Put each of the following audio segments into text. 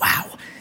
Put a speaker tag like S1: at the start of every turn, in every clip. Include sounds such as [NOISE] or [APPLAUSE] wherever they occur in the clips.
S1: Wow,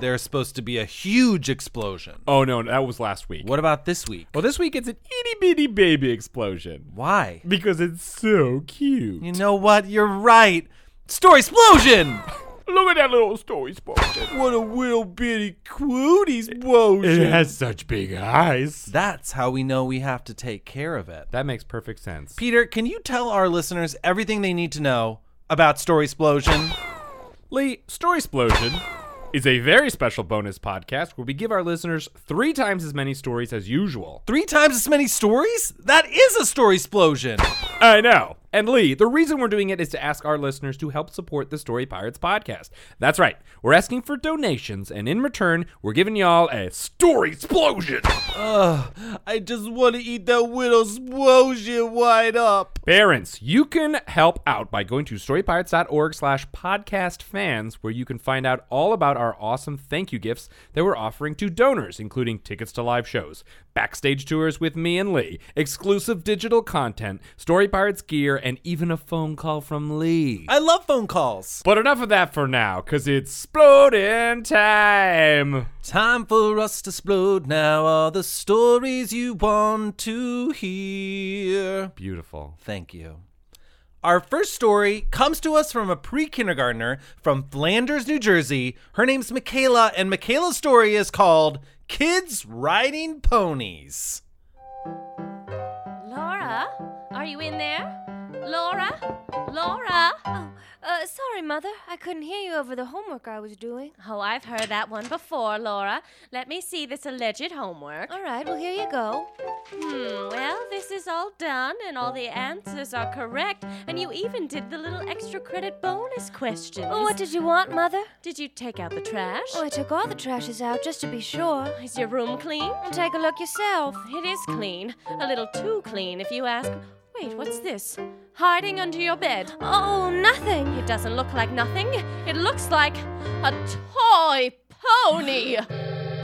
S2: there's supposed to be a huge explosion.
S3: Oh no, that was last week.
S2: What about this week?
S3: Well, this week it's an itty bitty baby explosion
S2: Why?
S3: because it's so cute.
S2: You know what? You're right. Story explosion.
S3: Look at that little story explosion.
S2: What a little bitty cutie explosion.
S3: It has such big eyes.
S2: That's how we know we have to take care of it.
S3: That makes perfect sense.
S2: Peter, can you tell our listeners everything they need to know about story explosion?
S3: Lee, Story Explosion is a very special bonus podcast where we give our listeners three times as many stories as usual.
S2: Three times as many stories? That is a story explosion.
S3: I know. And Lee, the reason we're doing it is to ask our listeners to help support the Story Pirates podcast. That's right. We're asking for donations, and in return, we're giving y'all a story explosion.
S2: I just want to eat that widow's explosion wide up.
S3: Parents, you can help out by going to storypirates.org slash podcast fans, where you can find out all about our awesome thank you gifts that we're offering to donors, including tickets to live shows, backstage tours with me and Lee, exclusive digital content, Story Pirates gear, and even a phone call from Lee.
S2: I love phone calls.
S3: But enough of that for now, because it's exploding time.
S2: Time for us to explode now. All the stories you want to hear.
S3: Beautiful.
S2: Thank you. Our first story comes to us from a pre kindergartner from Flanders, New Jersey. Her name's Michaela, and Michaela's story is called Kids Riding Ponies.
S4: Laura, are you in there? Laura? Laura? Oh, uh, sorry, Mother. I couldn't hear you over the homework I was doing. Oh, I've heard that one before, Laura. Let me see this alleged homework. All right, well, here you go. Hmm, well, this is all done, and all the answers are correct, and you even did the little extra credit bonus questions.
S5: Oh, what did you want, Mother?
S4: Did you take out the trash?
S5: Oh, I took all the trashes out just to be sure.
S4: Is your room clean?
S5: And take a look yourself.
S4: It is clean. A little too clean, if you ask. Wait, what's this? Hiding under your bed.
S5: Oh, nothing.
S4: It doesn't look like nothing. It looks like a toy pony.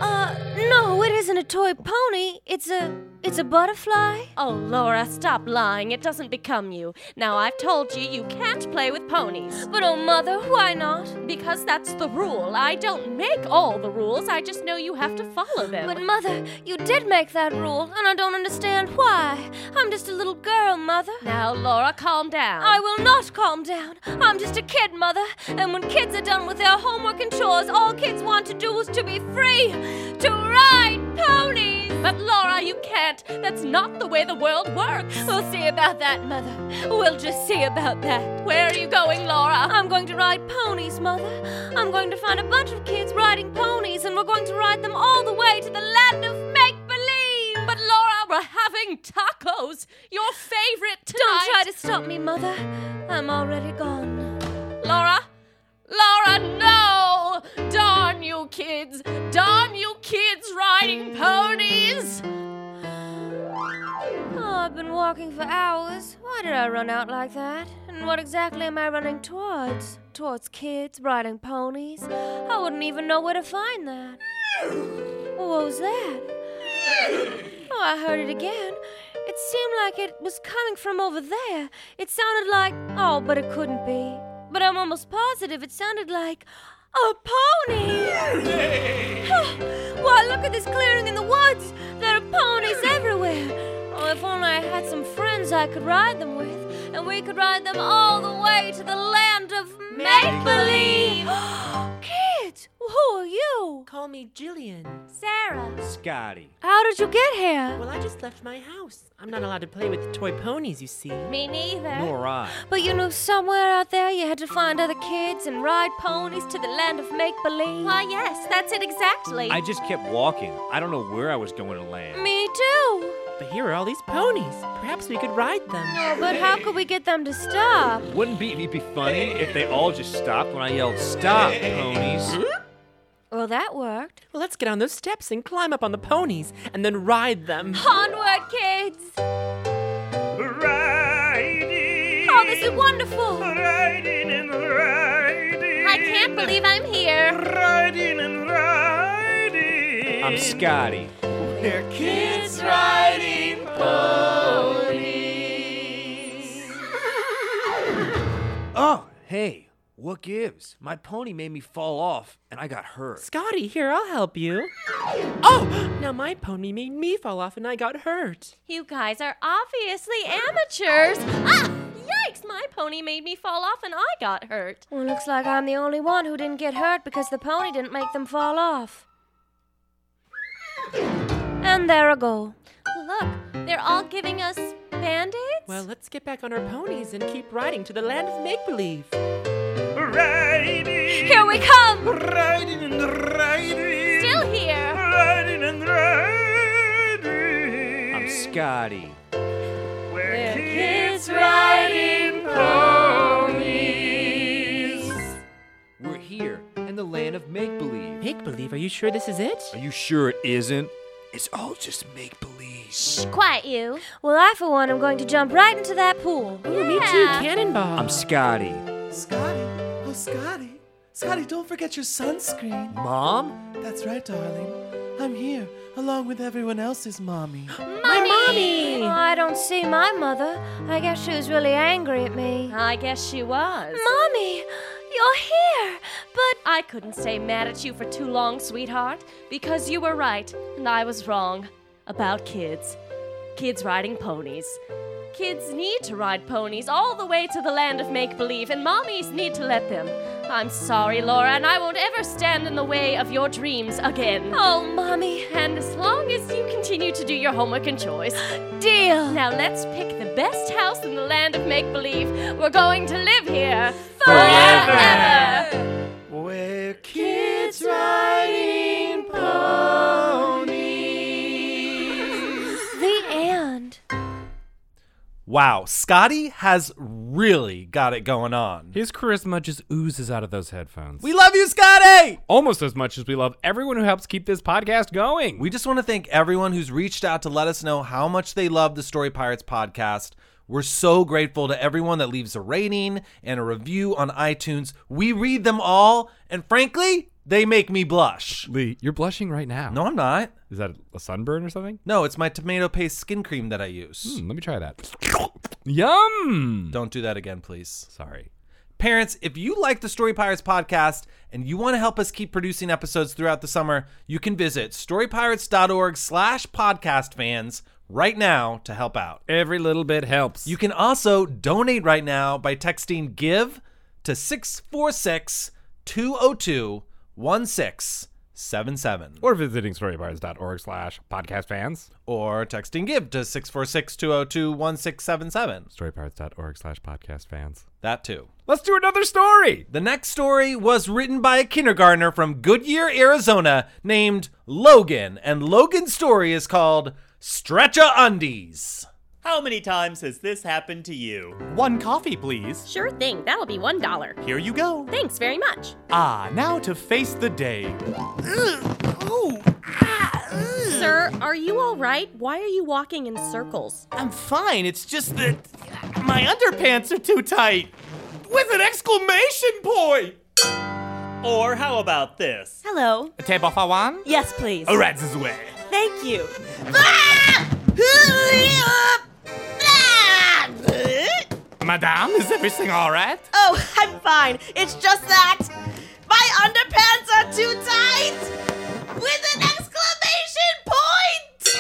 S6: Uh, no, it isn't a toy pony. It's a, it's a butterfly.
S4: Oh, Laura, stop lying. It doesn't become you. Now, I've told you you can't play with ponies.
S6: But oh, mother, why not?
S4: Because that's the rule. I don't make all the rules, I just know you have to follow them.
S6: But mother, you did make that rule, and I don't understand why. I'm just a little girl, mother.
S4: now, Laura, calm down.
S6: I will not calm down. I'm just a kid, mother. And when kids are done with their homework and chores, all kids want to do is to be free, to ride ponies.
S4: But Laura, you can't. That's not the way the world works.
S6: We'll see about that, mother. We'll just see about that.
S4: Where are you going, Laura?
S6: I'm going to ride ponies, mother. I'm going to find a bunch of kids riding ponies, and we're going to ride them all the way to the land of make believe.
S4: But Laura, we're having tacos. Your favorite tonight.
S6: Don't try to stop me, mother. I'm already gone.
S4: Laura? Laura, no! Darn you kids! Darn you kids riding ponies!
S6: Oh, I've been walking for hours. Why did I run out like that? And what exactly am I running towards? Towards kids riding ponies? I wouldn't even know where to find that. Well, what was that? Oh, I heard it again. It seemed like it was coming from over there. It sounded like. Oh, but it couldn't be. But I'm almost positive it sounded like. A pony! [SIGHS] Why, look at this clearing in the woods! There are ponies everywhere! Oh, if only I had some friends I could ride them with, and we could ride them all the way to the land of make believe! [GASPS] Kids, who are you?
S7: Call me Jillian.
S6: Sarah.
S3: Scotty.
S6: How did you get here?
S7: Well, I just left my house. I'm not allowed to play with toy ponies, you see.
S4: Me neither.
S3: Nor I.
S6: But you knew somewhere out there you had to find other kids and ride ponies to the land of make believe.
S4: Why, yes, that's it exactly.
S3: I just kept walking. I don't know where I was going to land.
S6: Me too.
S7: But here are all these ponies. Perhaps we could ride them.
S6: Oh, but how could we get them to stop?
S3: Wouldn't be, it be funny if they all just stopped when I yelled, Stop, ponies?
S6: Well, that worked.
S7: Well, let's get on those steps and climb up on the ponies and then ride them.
S6: Onward, kids!
S3: Riding,
S6: Oh, this is wonderful!
S3: riding and riding.
S4: I can't believe I'm here.
S3: Riding and riding. I'm Scotty. They're kids riding ponies. oh, hey, what gives? My pony made me fall off and I got hurt.
S7: Scotty, here, I'll help you. Oh! Now my pony made me fall off and I got hurt.
S4: You guys are obviously amateurs. Ah! Yikes! My pony made me fall off and I got hurt.
S6: Well, looks like I'm the only one who didn't get hurt because the pony didn't make them fall off. And there I go.
S4: Look, they're all giving us band aids?
S7: Well, let's get back on our ponies and keep riding to the land of make believe.
S3: Riding,
S6: Here we come!
S3: riding and riding.
S4: still here.
S3: Riding and riding. I'm Scotty. We're kids riding ponies. We're here in the land of make believe.
S7: Make believe, are you sure this is it?
S3: Are you sure it isn't? It's all just make believe.
S4: Quiet you.
S6: Well, I, for one, am going to jump right into that pool.
S7: Ooh, Oh, me too, cannonball.
S3: I'm Scotty.
S8: Scotty? Oh, Scotty. Scotty, don't forget your sunscreen.
S3: Mom?
S8: That's right, darling. I'm here, along with everyone else's mommy.
S7: my mommy!
S6: Oh, I don't see my mother. I guess she was really angry at me.
S4: I guess she was.
S6: Mommy, you're here! But
S4: I couldn't stay mad at you for too long, sweetheart, because you were right and I was wrong about kids. Kids riding ponies. Kids need to ride ponies all the way to the land of make believe, and mommies need to let them. I'm sorry, Laura, and I won't ever stand in the way of your dreams again.
S6: Oh, Mommy,
S4: And as long as you continue to do your homework and
S6: [GASPS]
S4: chores,
S6: deal!
S4: now let's pick the best house in the land of make believe. We're going to live here forever.
S3: We're kids riding ponies.
S6: The end.
S2: Wow, Scotty has really got it going on.
S9: His charisma just oozes out of those headphones.
S2: We love you, Scotty!
S9: almost as much as we love everyone who helps keep this podcast going.
S2: We just want to thank everyone who's reached out to let us know how much they love the Story Pirates podcast. We're so grateful to everyone that leaves a rating and a review on iTunes. We read them all, and frankly, They make me blush.
S3: Lee, you're blushing right now.
S2: No, I'm not.
S3: Is that a sunburn or something?
S2: No, it's my tomato paste skin cream that I use.
S3: Hmm, let me try that. Yum!
S2: Don't do that again, please.
S3: Sorry.
S2: Parents, if you like the Story Pirates podcast and you want to help us keep producing episodes throughout the summer, you can visit storypirates.org slash podcast fans right now to help out.
S3: Every little bit helps.
S2: You can also donate right now by texting GIVE to 646 202 1677
S3: or visiting storypirates.org slash podcast fans.
S2: or texting GIVE to 646 202 1677.
S3: Storypirates.org slash podcast fans.
S2: That too.
S3: Let's do another story!
S2: The next story was written by a kindergartner from Goodyear, Arizona, named Logan, and Logan's story is called Stretcha Undies.
S10: How many times has this happened to you? One coffee, please.
S11: Sure thing, that'll be one dollar.
S10: Here you go.
S11: Thanks very much.
S10: Ah, now to face the day. ah,
S11: Sir, are you all right? Why are you walking in circles?
S10: I'm fine, it's just that my underpants are too tight. With an exclamation point! Or how about this?
S12: Hello.
S10: A table for one?
S12: Yes, please.
S10: All right, this way.
S12: Thank you.
S10: Madame, is everything all right?
S12: Oh, I'm fine. It's just that my underpants are too tight with an exclamation point.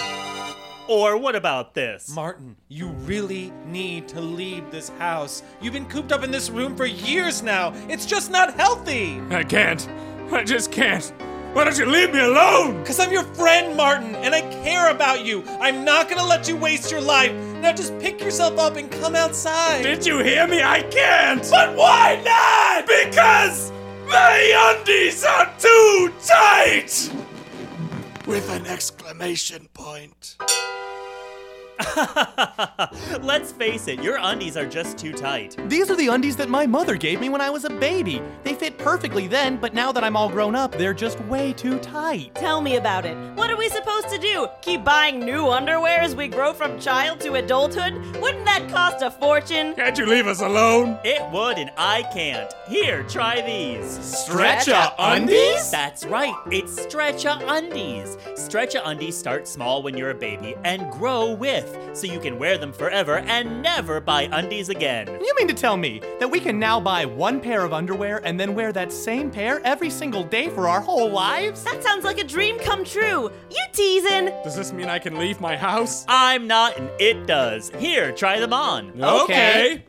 S10: Or what about this?
S2: Martin, you really need to leave this house. You've been cooped up in this room for years now. It's just not healthy.
S13: I can't. I just can't. Why don't you leave me alone?
S2: Because I'm your friend, Martin, and I care about you. I'm not going to let you waste your life. Now just pick yourself up and come outside.
S13: Did you hear me? I can't.
S2: But why not?
S13: Because my undies are too tight.
S14: With an exclamation point.
S10: [LAUGHS] Let's face it, your undies are just too tight.
S15: These are the undies that my mother gave me when I was a baby. They fit perfectly then, but now that I'm all grown up, they're just way too tight.
S12: Tell me about it. What are we supposed to do? Keep buying new underwear as we grow from child to adulthood? Wouldn't that cost a fortune?
S13: Can't you leave us alone?
S10: It would, and I can't. Here, try these.
S13: Stretcha undies?
S10: That's right, it's stretcha undies. Stretcha undies start small when you're a baby and grow with, so you can wear them forever and never buy undies again.
S15: You mean to tell me that we can now buy one pair of underwear and then wear that same pair every single day for our whole lives?
S12: That sounds like a dream come true. You teasing?
S13: Does this mean I can leave my house?
S10: I'm not, and it does. Here, try them on.
S13: Okay.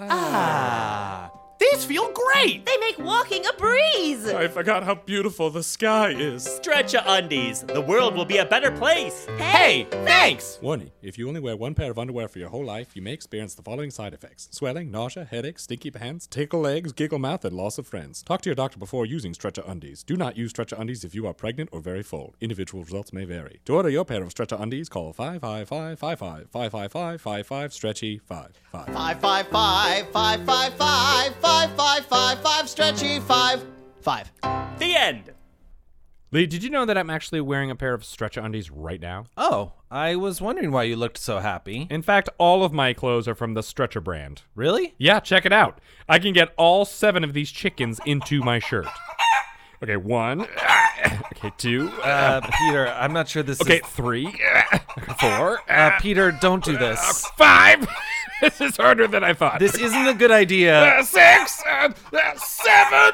S15: Ah, these feel great.
S12: They make walking a breeze.
S13: I forgot how beautiful the sky is.
S10: Stretcha undies. The world will be a better place.
S15: Hey, thanks.
S13: Warning if you only wear one pair of underwear for your whole life, you may experience the following side effects swelling, nausea, headache, stinky hands, tickle legs, giggle mouth, and loss of friends. Talk to your doctor before using stretcha undies. Do not use stretcha undies if you are pregnant or very full. Individual results may vary. To order your pair of stretcha undies, call 555 555 555 stretchy 55.
S16: Five, five, five, five, five, five, five, five, five, five, stretchy, five, five.
S10: The end.
S3: Lee, did you know that I'm actually wearing a pair of stretch undies right now?
S2: Oh, I was wondering why you looked so happy.
S3: In fact, all of my clothes are from the Stretcher brand.
S2: Really?
S3: Yeah, check it out. I can get all seven of these chickens into my shirt. Okay, one. [COUGHS] Okay, two.
S2: Uh, Peter, I'm not sure this
S3: Okay,
S2: is.
S3: three. [COUGHS] Four.
S2: Uh, Peter, don't do this.
S3: Five. [LAUGHS] This is harder than I thought. [COUGHS]
S2: This isn't a good idea.
S13: Uh, six, uh, uh, seven.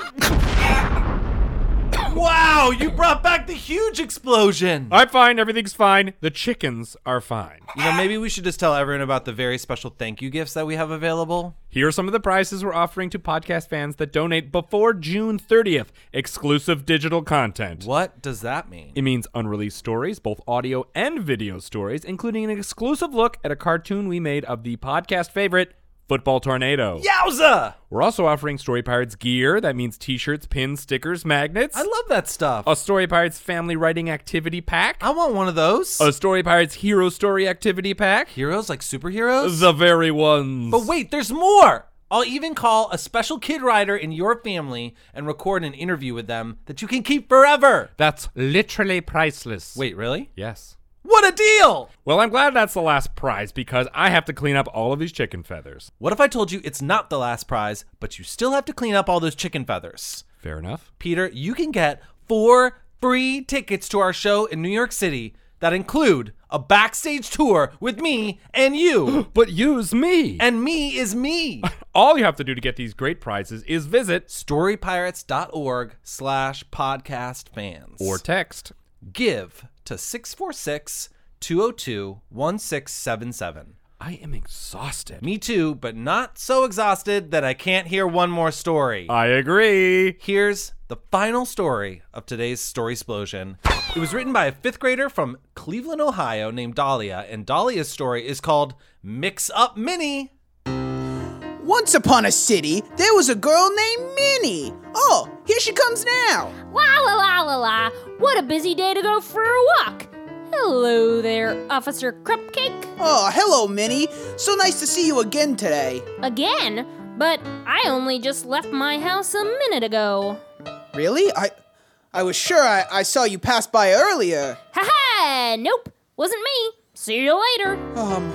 S2: Wow, you brought back the huge explosion.
S3: I'm fine. Everything's fine. The chickens are fine.
S2: You know, maybe we should just tell everyone about the very special thank you gifts that we have available.
S3: Here are some of the prizes we're offering to podcast fans that donate before June 30th. Exclusive digital content.
S2: What does that mean?
S3: It means unreleased stories, both audio and video stories, including an exclusive look at a cartoon we made of the podcast favorite, Football Tornado.
S2: Yowza!
S3: We're also offering Story Pirates gear. That means t shirts, pins, stickers, magnets.
S2: I love that stuff.
S3: a Story Pirates family writing activity pack.
S2: I want one of those.
S3: a Story Pirates hero story activity pack.
S2: Heroes like superheroes?
S3: The very ones.
S2: But wait, there's more! I'll even call a special kid writer in your family and record an interview with them that you can keep forever.
S3: That's literally priceless.
S2: Wait, really?
S3: Yes. What a deal! Well, I'm glad that's the last prize because I have to clean up all of these chicken feathers.
S2: What if I told you it's not the last prize, but you still have to clean up all those chicken feathers?
S3: Fair enough.
S2: Peter, you can get four free tickets to our show in New York City that include a backstage tour with me and
S3: [GASPS]
S2: you.
S3: but you's me.
S2: And me is me.
S3: All you have to do to get these great prizes is visit
S2: storypirates.org slash podcast fans.
S3: Or text.
S2: Give to 646 202 1677.
S3: I am exhausted.
S2: Me too, but not so exhausted that I can't hear one more story.
S3: I agree.
S2: Here's the final story of today's story explosion. It was written by a fifth grader from Cleveland, Ohio, named Dahlia, and Dahlia's story is called Mix Up Minnie.
S17: Once upon a city, there was a girl named Minnie. Oh, here she comes now.
S6: La la la la la. What a busy day to go for a walk. Hello there, Officer Cupcake.
S17: Oh, hello, Minnie. So nice to see you again today.
S6: Again? But I only just left my house a minute ago.
S17: Really? I I was sure I, I saw you pass by earlier.
S6: Ha ha! Nope, wasn't me. See you later.
S17: Um,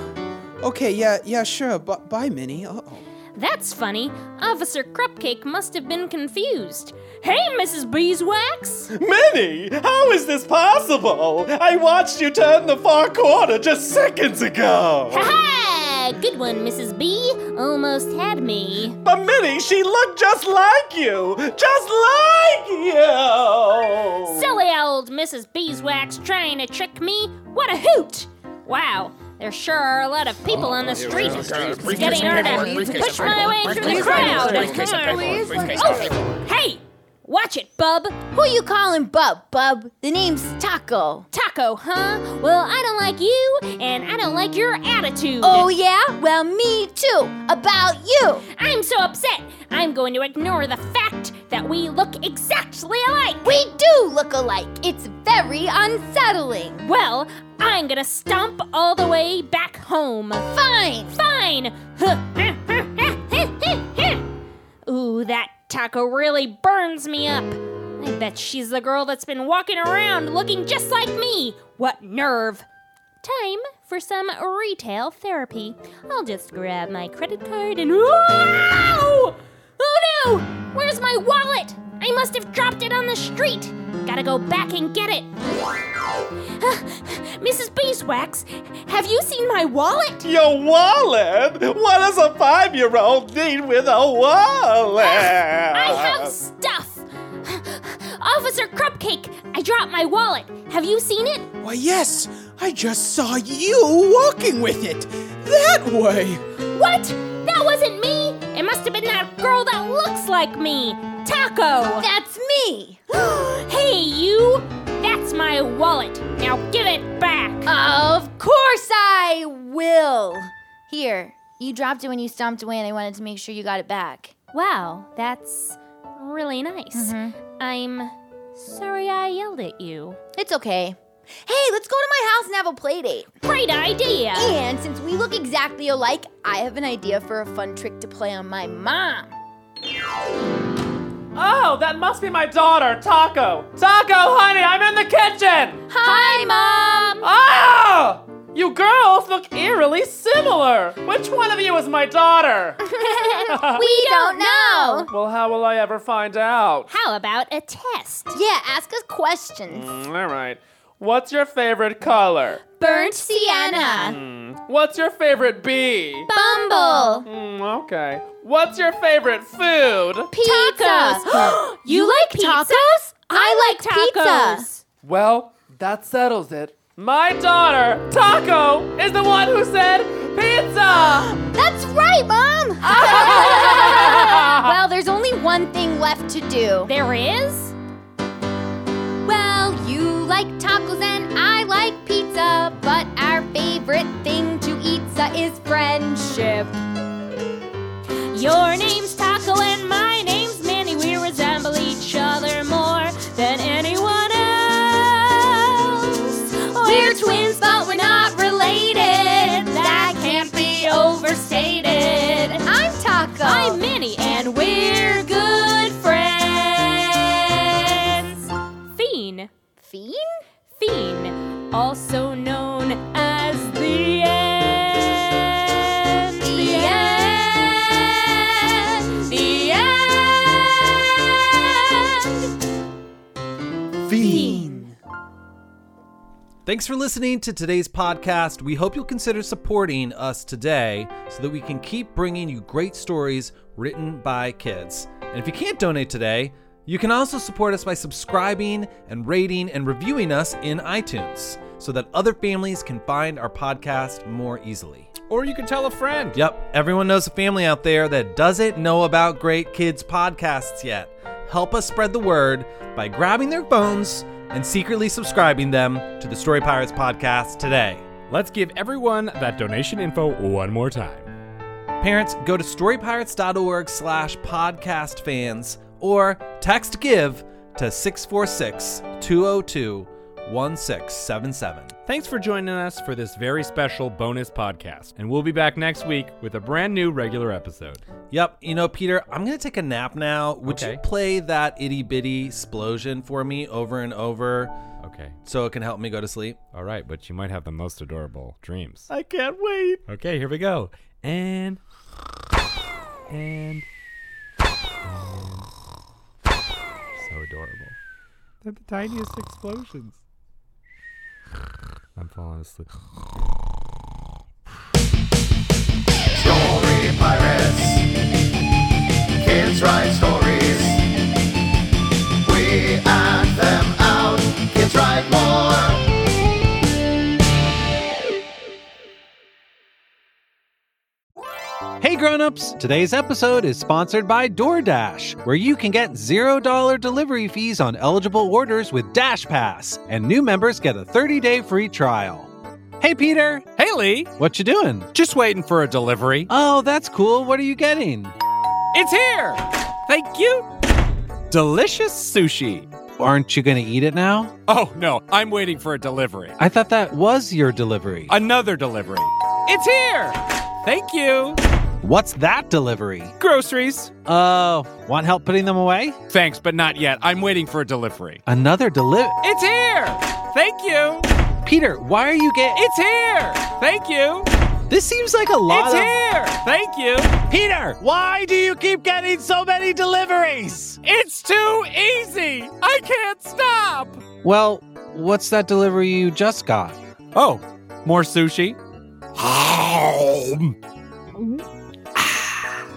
S17: okay, yeah, yeah, sure. B- bye, Minnie. Uh-oh.
S6: That's funny. Officer Crupcake must have been confused. Hey, Mrs. Beeswax!
S18: Minnie, how is this possible? I watched you turn the far corner just seconds ago.
S6: Ha ha! Good one, Mrs. B. Almost had me.
S18: But Minnie, she looked just like you! Just like you!
S6: Silly old Mrs. Beeswax trying to trick me? What a hoot! Wow, there sure are a lot of people oh, on the street. It's getting hard to push my way through the crowd. Oh, hey! Watch it, bub.
S19: Who you calling bub, bub? The name's Taco.
S6: Taco, huh? Well, I don't like you, and I don't like your attitude.
S19: Oh, yeah? Well, me too. About you.
S6: I'm so upset. I'm going to ignore the fact that we look exactly alike.
S19: We do look alike. It's very unsettling.
S6: Well, I'm gonna stomp all the way back home.
S19: Fine.
S6: Fine. [LAUGHS] Ooh, that taco really burns me up. I bet she's the girl that's been walking around looking just like me. What nerve. Time for some retail therapy. I'll just grab my credit card and. Whoa! Oh no! Where's my wallet? I must have dropped it on the street. Gotta go back and get it. [SIGHS] Mrs. Beeswax, have you seen my wallet?
S18: Your wallet? What does a five year old need with a wallet?
S6: I
S17: [LAUGHS]
S6: have stuff. Officer Crupcake, I dropped my wallet. Have you seen it?
S17: Why, yes. I just saw you walking with it. That way.
S6: What? That wasn't me. It must have been that girl that looks like me. Taco!
S19: That's me!
S6: hey, you! That's my wallet. Now give it back.
S19: Of course I will. Here, you dropped it when you stomped away, and I wanted to make sure you got it back.
S6: Wow, that's really nice. Mm-hmm. I'm sorry I yelled at you.
S19: It's okay. Hey, let's go to my house and have a play date.
S6: Great idea.
S19: And since we look exactly alike, I have an idea for a fun trick to play on my mom.
S20: Oh, that must be my daughter, Taco. Taco, honey, I'm in the kitchen.
S6: Hi, Mom.
S20: Ah! You girls look eerily similar. Which one of you is my daughter? we
S19: don't know.
S20: Well, how will I ever find out?
S6: How about a test?
S19: Yeah, ask us questions.
S20: Mm, all right. What's your favorite color?
S19: Burnt sienna.
S20: Mm. What's your favorite bee?
S19: Bumble.
S20: Mm, okay. What's your favorite food?
S6: Pizzas. [GASPS]
S19: [GASPS]
S6: you like tacos? I like tacos.
S20: Well, that settles it. My daughter, Taco, is the one who said pizza.
S19: That's right,
S6: [LAUGHS]
S19: Mom. well, there's only one thing left to do.
S6: There is?
S19: Well, you like tacos and I like pizza, but our favorite thing to eat is friendship.
S6: Your name's Taco and my name's Manny. We resemble each other more than anyone else. We're, we're twins, but we're not related. That can't be overstated.
S19: I'm Taco.
S6: I'm Minnie, and we're good friends. Fiend.
S19: Fiend?
S6: Fiend, also known.
S14: Fiend.
S2: Thanks for listening to today's podcast. We hope you'll consider supporting us today so that we can keep bringing you great stories written by kids. And if you can't donate today, you can also support us by subscribing and rating and reviewing us in iTunes so that other families can find our podcast more easily.
S3: Or you can tell a friend.
S2: Yep, everyone knows a family out there that doesn't know about great kids podcasts yet. Help us spread the word by grabbing their phones and secretly subscribing them to the Story Pirates podcast today.
S3: Let's give everyone that donation info one more time.
S2: Parents, go to storypirates.org slash podcast fans or text give to 646 202 1677.
S3: Thanks for joining us for this very special bonus podcast. And we'll be back next week with a brand new regular episode.
S2: Yep. You know, Peter, I'm going to take a nap now. Would you play that itty bitty explosion for me over and over?
S3: Okay.
S2: So it can help me go to sleep?
S3: All right, but you might have the most adorable dreams.
S18: I can't wait.
S3: Okay, here we go. And. And. So adorable. They're the tiniest explosions. I'm falling asleep.
S21: Story Pirates. Kids write stories. We act them out. Kids write more.
S2: Hey grown-ups, today's episode is sponsored by DoorDash, where you can get $0 delivery fees on eligible orders with Dash Pass, and new members get a 30-day free trial. Hey Peter,
S22: Hey, Lee.
S2: what you doing?
S22: Just waiting for a delivery.
S2: Oh, that's cool. What are you getting?
S22: It's here. Thank you. Delicious sushi.
S2: Aren't you going to eat it now?
S22: Oh, no. I'm waiting for a delivery.
S2: I thought that was your delivery.
S22: Another delivery. It's here. Thank you.
S2: What's that delivery?
S22: Groceries.
S2: Oh, want help putting them away?
S22: Thanks, but not yet. I'm waiting for a delivery.
S2: Another delivery.
S22: It's here. Thank you.
S2: Peter, why are you getting
S22: It's here. Thank you.
S2: This seems like a lot
S22: It's
S2: of
S22: here. Thank you.
S2: Peter, why do you keep getting so many deliveries?
S22: It's too easy. I can't stop.
S2: Well, what's that delivery you just got?
S22: Oh, more sushi.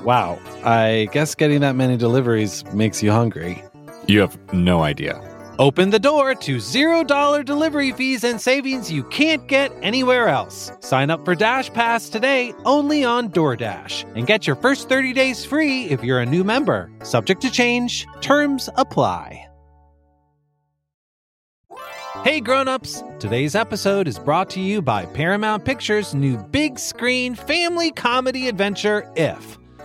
S2: Wow. I guess getting that many deliveries makes you hungry.
S22: You have no idea.
S2: Open the door to $0 delivery fees and savings you can't get anywhere else. Sign up for Dash Pass today only on DoorDash and get your first 30 days free if you're a new member. Subject to change, terms apply. Hey grown-ups, today's episode is brought to you by Paramount Pictures' new big screen family comedy adventure If.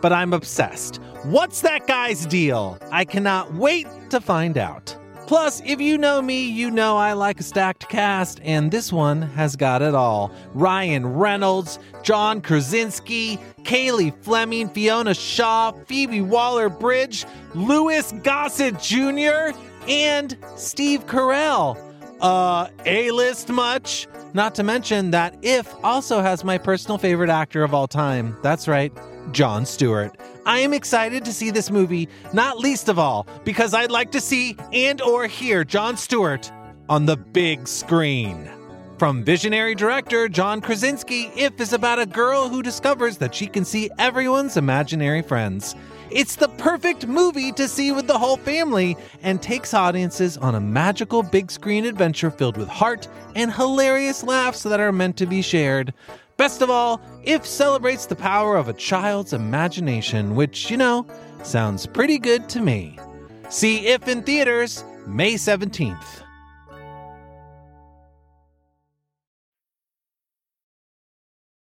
S2: but I'm obsessed. What's that guy's deal? I cannot wait to find out. Plus, if you know me, you know I like a stacked cast, and this one has got it all. Ryan Reynolds, John Krasinski, Kaylee Fleming, Fiona Shaw, Phoebe Waller Bridge, Louis Gossett Jr., and Steve Carell. Uh, A list much? Not to mention that If also has my personal favorite actor of all time. That's right, John Stewart. I am excited to see this movie, not least of all because I'd like to see and or hear John Stewart on the big screen. From visionary director John Krasinski, If is about a girl who discovers that she can see everyone's imaginary friends. It's the perfect movie to see with the whole family and takes audiences on a magical big screen adventure filled with heart and hilarious laughs that are meant to be shared. Best of all, IF celebrates the power of a child's imagination, which, you know, sounds pretty good to me. See IF in theaters May 17th.